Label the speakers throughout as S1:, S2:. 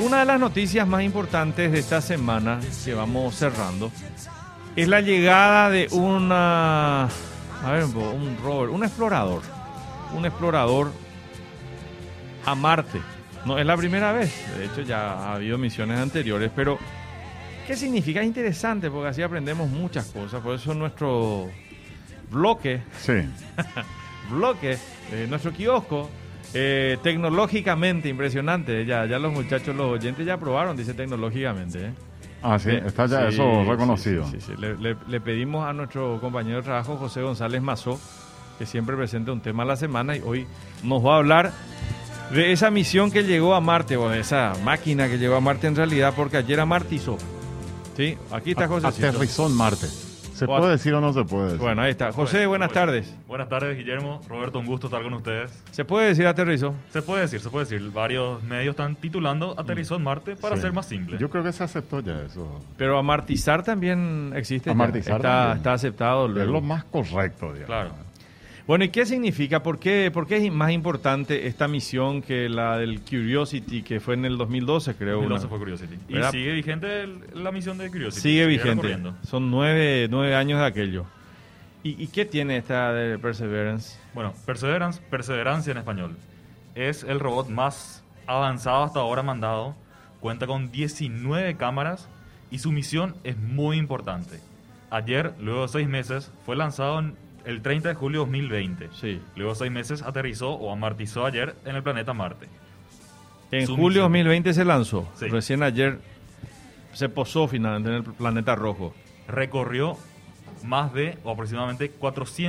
S1: Una de las noticias más importantes de esta semana que vamos cerrando es la llegada de una, a ver, un, po- un rover, un explorador, un explorador a Marte. No es la primera vez, de hecho ya ha habido misiones anteriores, pero ¿qué significa? Es interesante porque así aprendemos muchas cosas, por eso nuestro bloque
S2: Sí.
S1: bloque, eh, nuestro kiosco. eh, tecnológicamente impresionante, ya, ya los muchachos, los oyentes ya probaron, dice tecnológicamente. ¿eh?
S2: Ah, sí,
S1: Eh,
S2: está ya
S1: sí,
S2: eso
S1: sí,
S2: reconocido.
S1: sí, sí, sí. Le, le- le pedimos a nuestro compañero de trabajo, José González Mazó, que siempre presenta un tema a la semana y hoy nos va a hablar de esa misión que llegó a Marte, o de esa máquina que llegó a Marte en realidad, porque ayer amartizó. ¿Sí? Aquí está José.
S2: Aterrizó en Marte. ¿Se
S1: O a-
S2: puede decir o no se puede decir?
S1: Bueno, ahí está. José, buenas tardes.
S3: pues, Buenas tardes, Guillermo. Roberto, un gusto estar con ustedes.
S1: ¿Se puede decir aterrizó?
S3: Se puede decir, se puede decir. Varios medios están titulando Aterrizó
S1: Mm,
S3: en Marte para
S2: Sí.
S3: ser más simple.
S2: Yo creo que se aceptó ya eso.
S1: Pero amartizar también existe. ya.
S2: Amartizar
S1: está,
S2: también.
S1: está aceptado.
S2: Es
S1: luego.
S2: lo más correcto, digamos.
S3: Claro.
S1: Bueno, ¿y qué significa? ¿Por qué, ¿Por qué es más importante esta misión que la del Curiosity que fue en el 2012, creo? una?
S3: Entonces fue Curiosity. Y
S1: ¿Verdad?
S3: sigue vigente el- la misión de Curiosity.
S1: Sigue vigente.
S3: recorriendo.
S1: Son nueve, nueve años de aquello. ¿Y, y qué tiene esta de Perseverance?
S3: Bueno, Perseverance, Perseverancia en español. Es el robot más avanzado hasta ahora mandado. Cuenta con 19 cámaras y su misión es muy importante. Ayer, luego de seis meses, fue lanzado en- el 30 de julio de 2020.
S1: Sí.
S3: Luego de seis meses aterrizó o amartizó ayer en el planeta Marte.
S1: En
S3: Su
S1: julio
S3: misión.
S1: 2020 se lanzó.
S3: Sí.
S1: Recién ayer se posó finalmente en el planeta rojo.
S3: Recorrió más de o aproximadamente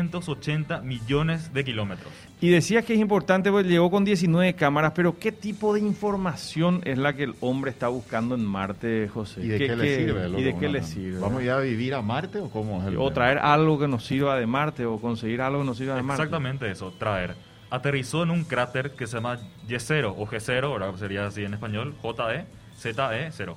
S3: 480 millones de kilómetros.
S1: Y decía que es importante porque llegó con 19 cámaras, pero ¿qué tipo de información es la que el hombre está buscando en Marte, José?
S2: ¿Y de qué, le sirve? loco,
S1: ¿Y de qué
S2: una-
S1: le sirve?
S2: ¿Vamos a ir a vivir a Marte o cómo es el
S1: O
S2: tema?
S1: traer algo que nos sirva de Marte o conseguir algo que nos sirva de Marte.
S3: Exactamente eso, traer. Aterrizó en un cráter que se llama Y0 o G0, ahora sería así en español, E, JE, ZE0.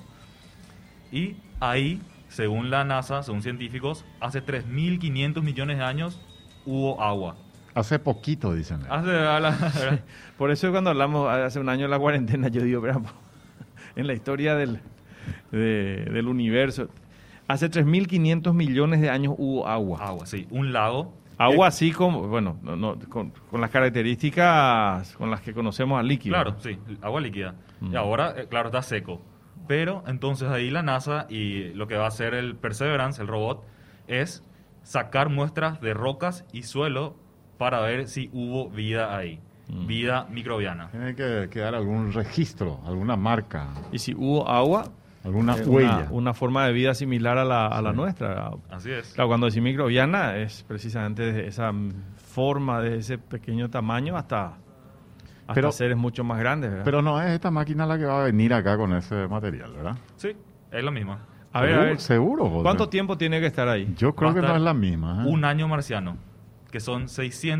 S3: Y ahí, según la NASA, según científicos, hace 3.500 millones de años hubo agua.
S2: Hace poquito, dicen.
S1: Ah.
S2: ellos.
S3: Hace a la-
S1: Por eso cuando hablamos hace un año de la cuarentena, yo digo, "Pero, en la historia del, de- del universo, hace 3.500 millones de años hubo
S2: Ah,
S1: agua.
S3: agua, sí, un lago.
S2: eh,
S1: Agua así como, bueno, no- no, con, con las características con las que conocemos al líquido.
S3: Claro, sí, agua líquida. Y ahora, eh, claro, está seco. Pero entonces ahí la NASA y lo que va a hacer el Perseverance, el robot, es sacar muestras de rocas y suelo para ver si hubo vida ahí, vida microbiana.
S2: Tiene que quedar algún registro, alguna marca,
S1: Y si hubo agua,
S2: alguna
S1: eh,
S2: huella.
S1: una, una forma de vida similar a la, a la nuestra.
S3: Así es.
S1: Claro, cuando decimos microbiana es precisamente de esa mm, forma, de ese pequeño tamaño hasta, hasta
S2: Pero-
S1: seres mucho más grandes. ¿verdad?
S2: Pero no es esta máquina la que va a venir acá con ese material, ¿verdad?
S3: Sí, es la misma.
S1: a ver, a
S2: Seguro-
S1: ver,
S2: Seguro, José.
S1: ¿cuánto tiempo tiene que estar ahí?
S2: Yo creo
S3: Va a
S2: que no
S3: estar
S2: es la misma. ¿eh?
S3: Un año marciano, que son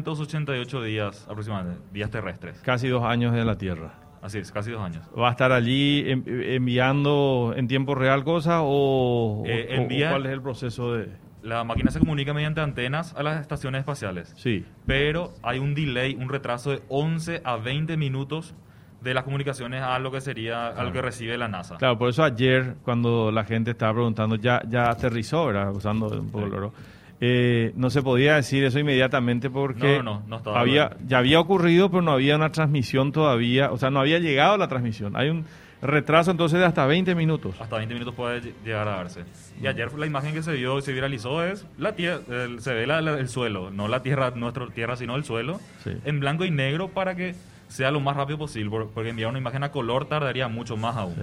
S3: 688 días aproximadamente, días terrestres.
S1: Casi dos años de la Tierra.
S3: Así es, casi dos años.
S1: ¿Va a estar allí en- enviando en tiempo real cosas o,
S3: Eh,
S1: o-
S3: envía-
S1: o cuál es el proceso de...?
S3: La máquina se comunica mediante antenas a las estaciones espaciales.
S1: Sí.
S3: pero hay un delay, un retraso de 11 a 20 minutos de las comunicaciones a lo que sería, a lo que recibe la NASA.
S1: Claro, por eso ayer cuando la gente estaba preguntando, ya, ya aterrizó, ¿verdad? Usando un poco el oro. Eh, no se podía decir eso inmediatamente porque
S3: No, no, no, no estaba
S1: había,
S3: hablando.
S1: ya había ocurrido, pero no había una transmisión todavía, o sea, no había llegado la transmisión. Hay un retraso entonces de hasta 20 minutos.
S3: Hasta 20 minutos puede ll- llegar a darse. Y ayer la imagen que se vio y se viralizó es, la tie- el- se ve la- la- el suelo, no la tierra, nuestra tierra, sino el suelo,
S1: Sí.
S3: en blanco y negro para que sea lo más rápido posible, por- porque enviar una imagen a color tardaría mucho más aún.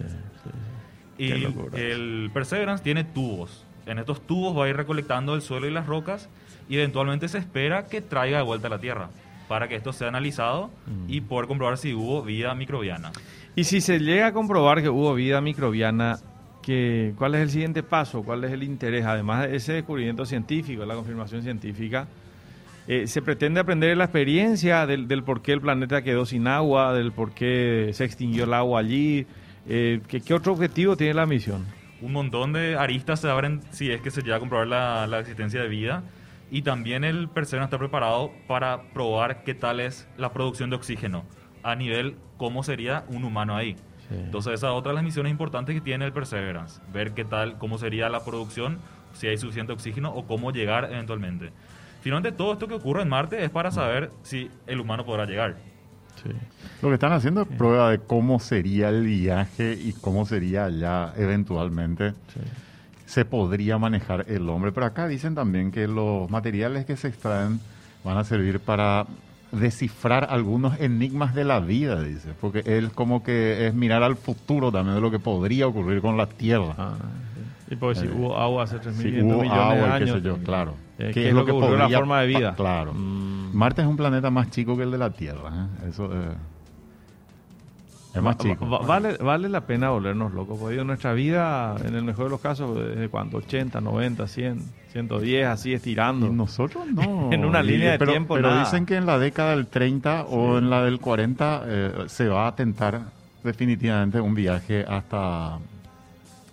S3: Y
S1: Qué locura.
S3: el Perseverance tiene tubos. En estos tubos va a ir recolectando el suelo y las rocas y eventualmente se espera que traiga de vuelta a la Tierra para que esto sea analizado
S1: Mm.
S3: y poder comprobar si hubo vida microbiana.
S1: Y si se llega a comprobar que hubo vida microbiana, que, ¿cuál es el siguiente paso? ¿Cuál es el interés? Además de ese descubrimiento científico, la confirmación científica, eh, ¿se pretende aprender de la experiencia del, del por qué el planeta quedó sin agua, del por qué se extinguió el agua allí? Eh, ¿qué, qué otro objetivo tiene la misión?
S3: Un montón de aristas se abren si es que se llega a comprobar la, la existencia de vida y también el Perseverance está preparado para probar qué tal es la producción de oxígeno a nivel cómo sería un humano ahí.
S4: Sí.
S3: Entonces, esa es otra de las misiones importantes que tiene el Perseverance. Ver qué tal, cómo sería la producción, si hay suficiente oxígeno o cómo llegar eventualmente. Finalmente, todo esto que ocurre en Marte es para saber si el humano podrá llegar.
S4: sí.
S2: Lo que están haciendo es prueba de cómo sería el viaje y cómo sería ya eventualmente se podría manejar el hombre. Pero acá dicen también que los materiales que se extraen van a servir para descifrar algunos enigmas de la vida, dice. Porque él como que es mirar al futuro también de lo que podría ocurrir con la Tierra.
S4: Ah, sí. Y
S1: Eh,
S4: porque si hubo agua hace 3.500
S2: Sí,
S4: millones
S2: hubo
S4: de
S2: agua y
S4: años.
S2: qué sé yo, claro.
S4: Eh,
S2: ¿Qué
S4: ¿qué es lo que ocurrió, la forma de vida?
S2: pa- Claro.
S4: Mm.
S2: Marte es un planeta más chico que el de la Tierra. ¿eh? Eso eh, es más
S1: Va-
S2: chico.
S1: va- vale, vale la pena volvernos locos, porque nuestra vida, en el mejor de los casos, desde cuánto, 80, 90, 100, 110, así estirando.
S2: Y nosotros no.
S1: En una
S2: Y-
S1: línea de
S2: pero,
S1: tiempo,
S2: Pero
S1: nada.
S2: dicen que en la década del 30 o en la del 40 eh, se va a tentar definitivamente un viaje hasta,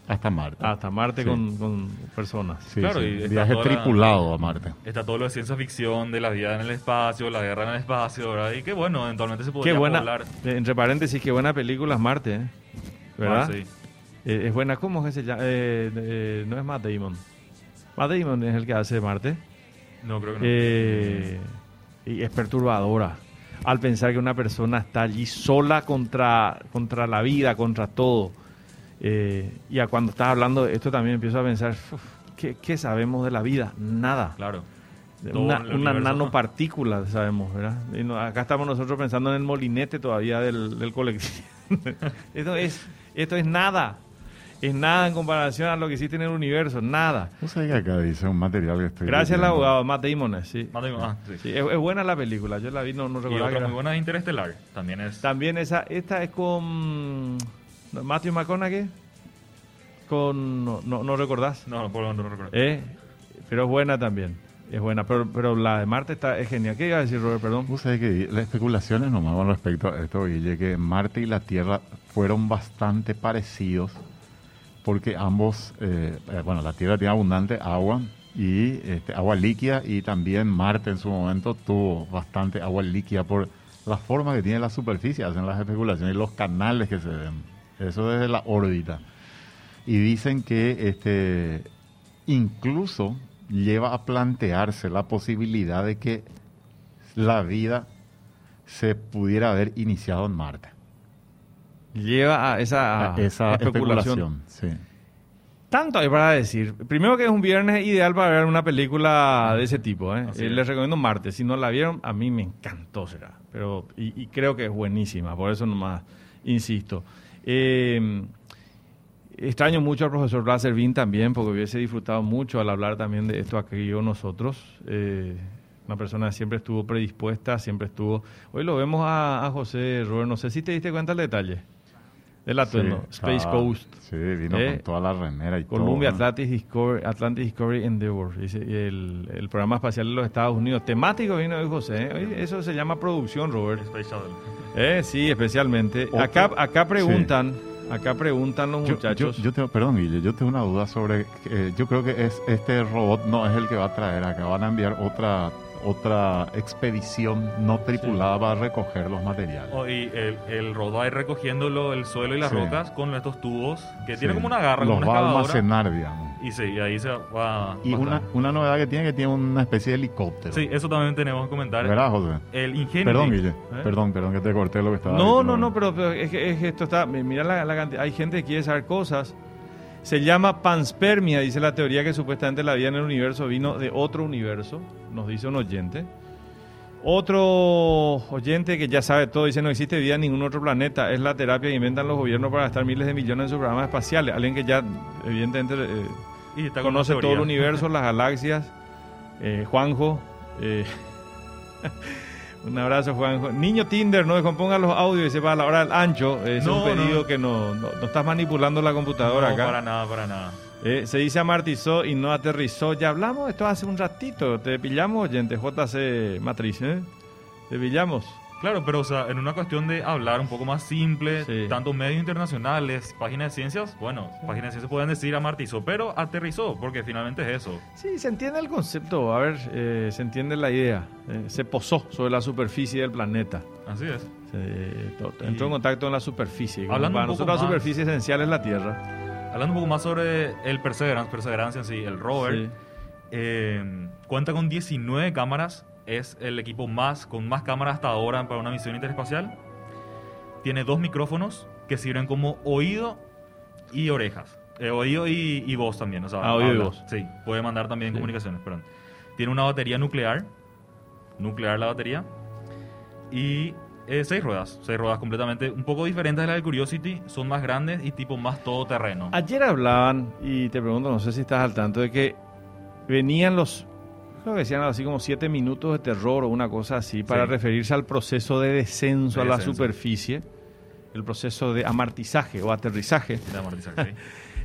S2: hasta Marte.
S1: Hasta Marte
S2: Sí.
S1: con, con personas.
S2: Sí,
S3: Claro,
S2: sí,
S3: y está
S2: viaje
S3: toda la-
S2: tripulado a Marte.
S3: Está todo lo de ciencia ficción, de la vida en el espacio, la guerra en el espacio, ¿verdad? Y que bueno, eventualmente se podría
S1: Qué buena,
S3: poblar
S1: eh, entre paréntesis, qué buena película es Marte, ¿eh? ¿verdad?
S3: Marte, Ah, sí.
S1: Eh, es buena, ¿cómo es que se llama? Eh, eh, no es Matt Damon. Matt Damon es el que hace Marte.
S3: No, creo que no.
S1: Eh, y es perturbadora. Al pensar que una persona está allí sola contra, contra la vida, contra todo. Eh, y a cuando estás hablando de esto también empiezo a pensar, "Uf, ¿qué, qué sabemos de la vida? Nada.
S3: Claro. Todo
S1: Una,
S3: en el
S1: una
S3: universo, ¿no?
S1: nanopartícula sabemos, ¿verdad? Y no- acá estamos nosotros pensando en el molinete todavía del, del colectivo. esto, es, esto es nada. Es nada en comparación a lo que existe en el universo. Nada.
S2: No sé que acá dice un material que estoy.
S1: Gracias al
S2: leyendo.
S1: abogado Matt Damon, eh, sí.
S3: Mate- ah, sí.
S1: Sí, es, es buena la película, yo la vi, no, no
S3: Y
S1: recordaba. que
S3: otra
S1: era.
S3: muy buena es Interestelar. También es.
S1: También esa, esta es con no, Matthew McConaughey, con, no, no, no recordás,
S3: No, no, puedo- no recuerdo.
S1: ¿Eh? pero es buena también, es buena, pero, pero la de Marte está, es genial. ¿Qué iba a decir Robert, perdón?
S2: Vos sabés que las especulaciones nomás con respecto a esto, Guille, que Marte y la Tierra fueron bastante parecidos porque ambos, eh, eh, bueno, la Tierra tiene abundante agua y este, agua líquida y también Marte en su momento tuvo bastante agua líquida por la forma que tiene la superficie, hacen las especulaciones y los canales que se ven. Eso desde la órbita. Y dicen que este incluso lleva a plantearse la posibilidad de que la vida se pudiera haber iniciado en Marte. Ah,
S1: Lleva a
S3: Ah,
S1: esa,
S2: Esa especulación. sí.
S1: Tanto hay para decir. Primero que es un viernes ideal para ver una película de ese tipo. ¿eh?
S3: Así
S1: Eh,
S3: es.
S1: les recomiendo Marte. Si no la vieron, a mí me encantó será. Pero, y, y creo que es buenísima, por eso nomás insisto. Eh, extraño mucho al profesor Blas Servín también, porque hubiese disfrutado mucho al hablar también de esto aquí yo nosotros. Eh, una persona que siempre estuvo predispuesta, siempre estuvo... Hoy lo vemos a, a José Robert, no sé si te diste cuenta del detalle. Del atuendo,
S2: Sí,
S1: Space
S2: ah,
S1: Coast.
S2: Sí, vino
S1: Eh,
S2: con toda la remera y
S1: Columbia
S2: todo. ¿no?
S1: Atlantic Discovery, Atlantic Discovery Endeavor, dice, y el, el programa espacial de los Estados Unidos. Temático vino de José. ¿eh? Oye, eso se llama producción, Robert.
S3: Space Shuttle.
S1: Eh, sí, especialmente.
S2: Otro-
S1: Acá, acá preguntan, acá preguntan los
S2: Yo-
S1: muchachos.
S2: Yo, yo tengo, perdón, Guille, yo tengo una duda sobre. eh, yo creo que es este robot no es el que va a traer acá. Van a enviar otra otra expedición no tripulada para recoger los materiales.
S3: Oh, y el, el robot va a ir recogiendo lo- el suelo y las
S2: Sí.
S3: rocas con estos tubos que
S2: Sí.
S3: tiene como una garra,
S2: Los
S3: como una
S2: va a
S3: excavadora.
S2: almacenar, digamos.
S3: Y sí, y ahí se va.
S2: Y
S3: va a
S2: una,
S3: estar.
S2: una novedad que tiene que tiene una especie de helicóptero.
S3: Sí, eso también tenemos que comentar.
S2: ¿Verdad, José?
S3: El ingenio.
S2: Perdón, Guille.
S1: ¿Eh?
S2: Perdón, perdón que te corté lo que estaba
S1: No,
S2: diciendo.
S1: no, no, pero, pero es, que, es que esto está. mi- Mira la, la cantidad. Hay gente que quiere saber cosas. Se llama panspermia, dice la teoría que supuestamente la vida en el universo vino de otro universo, nos dice un oyente. Otro oyente que ya sabe todo dice no existe vida en ningún otro planeta, es la terapia que inventan los gobiernos para gastar miles de millones en sus programas espaciales. Alguien que ya evidentemente eh,
S3: Y está con
S1: conoce
S3: una
S1: todo el
S3: teoría.
S1: universo, las galaxias. Eh, Juanjo. eh, un abrazo, Juanjo. Niño Tinder, no descomponga los audios y se va a la hora del ancho. Eh, es
S3: No,
S1: un pedido
S3: no.
S1: que no, no, no estás manipulando la computadora
S3: No,
S1: acá.
S3: para nada, para nada.
S1: Eh, se dice amartizó y no aterrizó. Ya hablamos de esto hace un ratito. Te pillamos, oyente. JC Matriz, ¿eh? Te pillamos.
S3: Claro, pero o sea, en una cuestión de hablar un poco más simple,
S1: Sí.
S3: tanto medios internacionales, páginas de ciencias, bueno, páginas de ciencias pueden decir amartizó, pero aterrizó, porque finalmente es eso.
S1: Sí, se entiende el concepto, a ver, eh, se entiende la idea. Eh, se posó sobre la superficie del planeta.
S3: Así es.
S1: Se- to-
S3: Y-
S1: entró en contacto con la superficie. Como
S3: Hablando
S1: para
S3: un poco
S1: nosotros la
S3: más-
S1: superficie esencial es la Tierra.
S3: Hablando un poco más sobre el Perseverance, Perseverance en sí, el rover,
S1: Sí.
S3: eh, cuenta con 19 cámaras, es el equipo más con más cámaras hasta ahora para una misión interespacial. Tiene dos micrófonos que sirven como oído y orejas. Eh, oído y, y voz también. O sea,
S1: Ah, oído y
S3: habla.
S1: voz.
S3: Sí, puede mandar también
S1: Sí.
S3: comunicaciones, perdón. Tiene una batería nuclear, nuclear la batería, y eh, seis ruedas, seis ruedas completamente un poco diferentes de las del Curiosity, son más grandes y tipo más todoterreno.
S1: Ayer hablaban, y te pregunto, no sé si estás al tanto, de que venían los, creo que decían algo así como siete minutos de terror o una cosa así, para
S3: Sí.
S1: referirse al proceso de descenso
S3: De
S1: a la
S3: descenso.
S1: superficie, el proceso de amartizaje o aterrizaje.
S3: De amortizar, sí.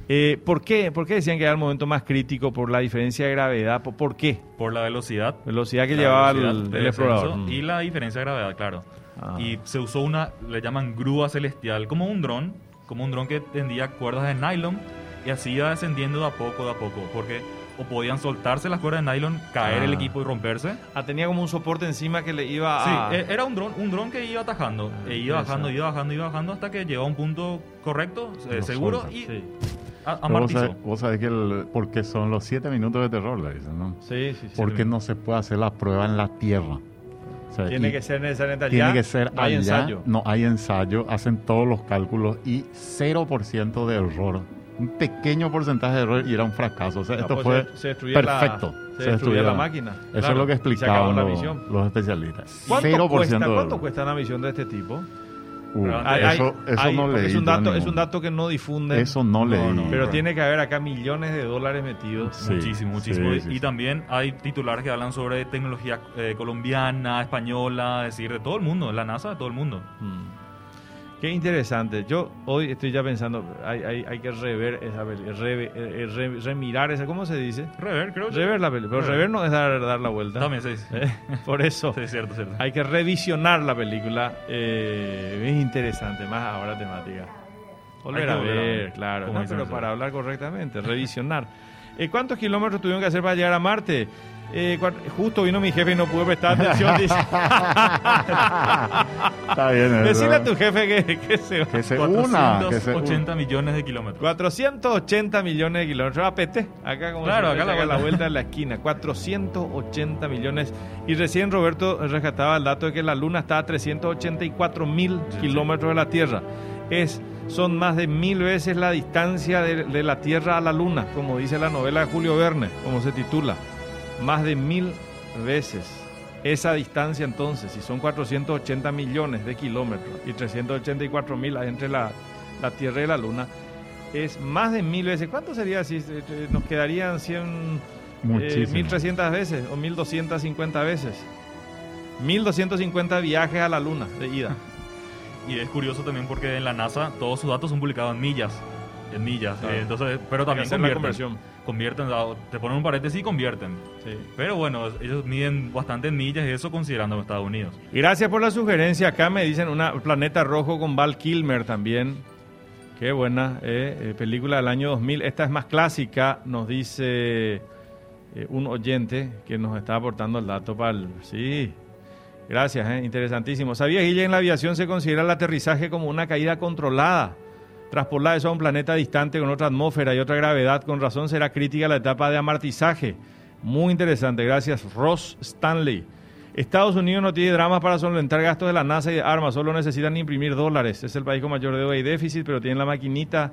S1: Eh, ¿por, qué? ¿Por qué decían que era el momento más crítico por la diferencia de gravedad? ¿Por, por qué?
S3: Por la velocidad.
S1: Velocidad que
S3: la
S1: llevaba el-
S3: velocidad
S1: el,
S3: de descenso
S1: explorador.
S3: Y
S1: Mm.
S3: la diferencia de gravedad, claro.
S1: Ah.
S3: Y se usó una, le llaman grúa celestial, como un dron, como un dron que tendía cuerdas de nylon y así iba descendiendo de a poco, de a poco, porque o podían soltarse las cuerdas de nylon, caer
S1: Ah.
S3: el equipo y romperse.
S1: Ah, tenía como un soporte encima que le iba
S3: Sí,
S1: a...
S3: e- era un dron, un dron que iba atajando,
S1: Ah,
S3: e iba bajando,
S1: interesante.
S3: iba bajando, iba bajando hasta que llegó a un punto correcto, eh,
S2: No
S3: seguro
S2: suelta.
S3: y
S1: Sí.
S3: a-
S2: Pero vos,
S3: amartizó.
S2: sabés, vos sabés que el- porque son los siete minutos de terror, le dicen, ¿no?
S1: Sí, sí, sí.
S2: Porque no se puede hacer la prueba en la Tierra. O sea,
S1: Tiene
S2: y
S1: que ser necesariamente allá.
S2: tiene que ser
S1: no hay
S2: allá,
S1: ensayo.
S2: No hay ensayo, hacen todos los cálculos y 0% de error. Un pequeño porcentaje de error y era un fracaso. O sea,
S1: Ah,
S2: esto
S1: pues
S2: fue
S1: se, se destruía la-
S2: perfecto.
S1: se,
S2: Se
S1: destruía
S2: destruía.
S1: la máquina.
S2: Eso
S1: Claro,
S2: es lo que
S1: y se acabó
S2: explicaban
S1: la
S2: los-
S1: misión.
S2: los especialistas.
S1: ¿Cuánto
S2: 0%
S1: cuesta,
S2: de
S1: cuánto
S2: error.
S1: cuesta una misión de este tipo?
S2: Uh,
S3: Pero
S1: Hay-
S2: eso
S1: hay-
S2: eso
S1: hay-
S2: no
S1: porque
S2: leí.
S1: es un
S2: yo
S1: dato,
S2: en
S1: es un
S2: ningún-
S1: dato que no difunden.
S2: Eso no
S3: No,
S2: leí.
S3: no,
S1: pero tiene que haber acá millones de dólares metidos.
S2: Sí,
S3: muchísimo, muchísimo.
S2: sí,
S3: Y-
S2: sí,
S3: y
S2: sí.
S3: también hay titulares que hablan sobre tecnología eh, colombiana, española, es decir, de todo el mundo, la NASA, de todo el mundo.
S1: Mm. Qué interesante. Yo hoy estoy ya pensando, hay, hay, hay que rever esa eh, película, remirar esa, ¿cómo se dice?
S3: Rever, creo. que-
S1: Rever la película, pero
S3: Rever.
S1: rever no es dar, dar la vuelta.
S3: También se dice.
S1: Eh, Por eso.
S3: Sí, cierto, cierto.
S1: Hay que revisionar la película. eh, es interesante, más ahora temática. Volver
S3: Hay que
S1: a
S3: volver a
S1: ver,
S3: ver,
S1: claro.
S3: como
S1: no,
S3: dicen
S1: pero
S3: ustedes.
S1: para hablar correctamente, revisionar. Eh, ¿Cuántos kilómetros tuvieron que hacer para llegar a Marte? Eh, cua- justo vino mi jefe y no pude prestar atención. Dice,
S2: Está bien. es
S1: decile a
S2: verdad.
S1: tu jefe que, que se va.
S2: Que se una. Que se una.
S3: 480 millones de kilómetros.
S1: 480 millones de kilómetros. APT, acá como
S3: Claro,
S1: siempre,
S3: acá la
S1: saca
S3: vuelta.
S1: de la esquina. 480 millones. Y recién Roberto rescataba el dato de que la Luna está a 384 mil
S3: sí.
S1: kilómetros de la Tierra. Es, son más de mil veces la distancia de, de la Tierra a la Luna, como dice la novela de Julio Verne, como se titula. Más de mil veces. Esa distancia entonces, si son 480 millones de kilómetros y 384 mil entre la, la Tierra y la Luna, es más de mil veces. ¿Cuánto sería si eh, eh, nos quedarían 100, eh,
S2: Muchísimo.
S1: 1300 veces o 1250 veces? 1250 viajes a la luna de ida.
S3: Y es curioso también porque en la NASA todos sus datos son publicados en millas. En millas.
S1: Claro.
S3: eh, entonces, pero
S1: Hay que
S3: también
S1: hacer la
S3: convierten.
S1: conversión.
S3: Convierten, o sea, te ponen un paréntesis y convierten.
S1: Sí.
S3: Pero bueno, ellos miden bastante en millas y eso considerando Estados Unidos.
S1: Gracias por la sugerencia. Acá me dicen una Planeta Rojo con Val Kilmer también. Qué buena eh, eh, película del año 2000. Esta es más clásica, nos dice eh, un oyente que nos está aportando el dato para el... Sí, gracias, eh, interesantísimo. ¿Sabías, Guille, en la aviación se considera el aterrizaje como una caída controlada? Traspolar eso a un planeta distante con otra atmósfera y otra gravedad, con razón será crítica la etapa de amartizaje. Muy interesante, gracias. Ross Stanley. Estados Unidos no tiene dramas para solventar gastos de la NASA y de armas, solo necesitan imprimir dólares. Es el país con mayor deuda y déficit, pero tienen la maquinita,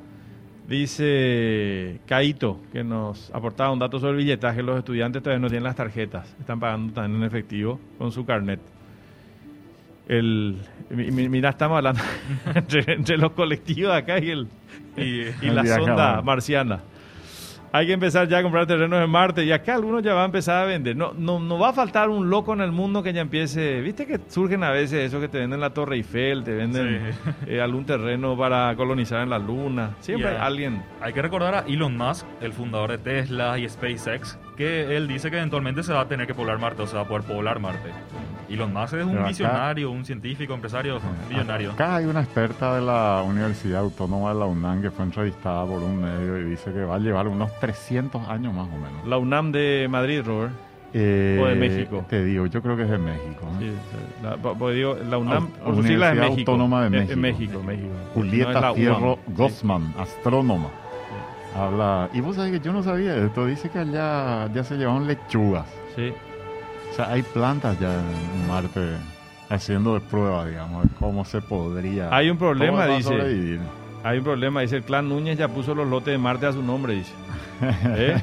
S1: dice Caito, que nos aportaba un dato sobre el billetaje. Los estudiantes todavía no tienen las tarjetas, están pagando también en efectivo con su carnet. El, mi- mi- mira, estamos hablando entre, entre los colectivos de acá y, el,
S3: Y
S1: Eh, y
S2: El
S1: la
S2: viaje a
S1: sonda
S2: Marte.
S1: marciana. Hay que empezar ya a comprar terrenos en Marte y acá algunos ya van a empezar a vender. No, no, no va a faltar un loco en el mundo que ya empiece. Viste que surgen a veces eso que te venden la Torre Eiffel, te venden eh, algún terreno para colonizar en la Luna. Siempre
S3: Yeah.
S1: alguien.
S3: Hay que recordar a Elon Musk, el fundador de Tesla y SpaceX, que él dice que eventualmente se va a tener que poblar Marte, o se va a poder poblar Marte. Elon Musk es
S2: Pero
S3: un
S2: acá-
S3: visionario, un científico, empresario, millonario.
S2: Acá hay una experta de la Universidad Autónoma de la UNAM que fue entrevistada por un medio y dice que va a llevar unos 300 años más o menos.
S1: La UNAM de Madrid, Robert.
S2: Eh,
S1: O de México.
S2: Te digo, yo creo que es de México. ¿eh? ¿no?
S1: Sí, sí, la, po- porque digo, la UNAM,
S2: Au-
S1: por sus siglas, es
S2: Universidad
S1: México.
S2: Autónoma de
S1: Es- es México,
S2: México.
S1: México. No
S2: Julieta
S1: es la UNAM.
S2: Fierro Gossman, astrónoma. Habla. Y vos sabés que yo no sabía esto. Dice que allá ya se llevaron lechugas.
S1: Sí.
S2: O sea, hay plantas ya en Marte haciendo de prueba, digamos, de cómo se podría.
S1: Hay un problema,
S2: cómo va a
S1: dice.
S2: sobrevivir.
S1: Hay un problema, dice el clan Núñez ya puso los lotes de Marte a su nombre, dice. ¿Eh?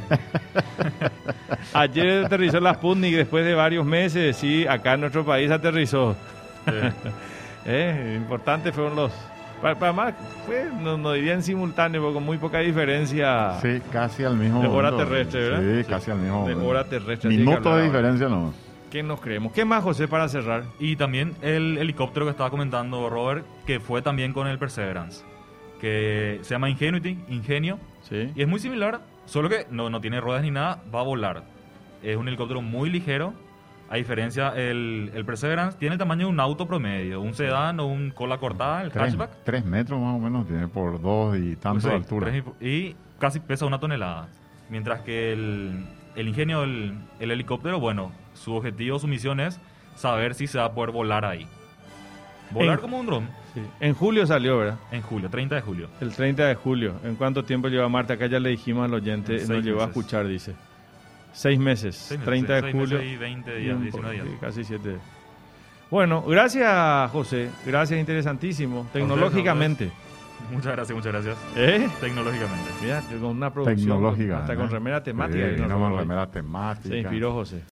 S1: Ayer aterrizó la Sputnik después de varios meses, sí, acá en nuestro país aterrizó. ¿Eh? Importante fueron los... Para, para más, fue, no, no diría en simultáneo, porque con muy poca diferencia
S2: Sí, casi al mismo
S1: Ah. De hora
S2: momento.
S1: terrestre,
S2: Sí,
S1: ¿verdad?
S2: casi al mismo
S1: de
S2: momento.
S1: hora terrestre. así que
S2: Minutos de
S1: hablaba.
S2: diferencia no.
S1: ¿Qué nos creemos? ¿Qué más, José, para cerrar?
S3: Y también el helicóptero que estaba comentando Robert, que fue también con el Perseverance, que se llama Ingenuity, Ingenio,
S1: Sí.
S3: y es muy similar, solo que no, no tiene ruedas ni nada, va a volar. Es un helicóptero muy ligero, a diferencia el, el Perseverance tiene el tamaño de un auto promedio, un sedán o un cola cortada, el
S2: Tres,
S3: hatchback.
S2: tres metros más o menos tiene por dos y tanto
S3: Pues sí,
S2: de altura.
S3: tres y- Y casi pesa una tonelada. Mientras que el, el ingenio del el helicóptero, bueno, su objetivo, su misión es saber si se va a poder volar ahí. Volar
S1: En-
S3: como un dron
S1: sí. En julio salió, ¿verdad?
S3: en julio, 30 de julio.
S1: El 30 de julio. ¿En cuánto tiempo lleva Marte? Acá ya le dijimos al oyente,
S3: Seis
S1: nos llevó a
S3: meses.
S1: escuchar, dice. Seis meses.
S3: Seis meses,
S1: 30 de
S3: seis
S1: julio.
S3: meses y 20 días,
S1: Un
S3: 19
S1: poco,
S3: días.
S1: sí, Mm, Casi siete. Bueno, gracias, José. Gracias, interesantísimo. Tecnológicamente.
S3: Muchas gracias, muchas gracias.
S1: ¿Eh?
S3: Tecnológicamente.
S1: Mira, con una producción.
S2: Tecnológica.
S1: Hasta con
S2: ¿no?
S1: remera temática.
S2: Sí,
S1: que nos
S2: vino con
S1: robó hoy.
S2: remera temática.
S1: Se inspiró José.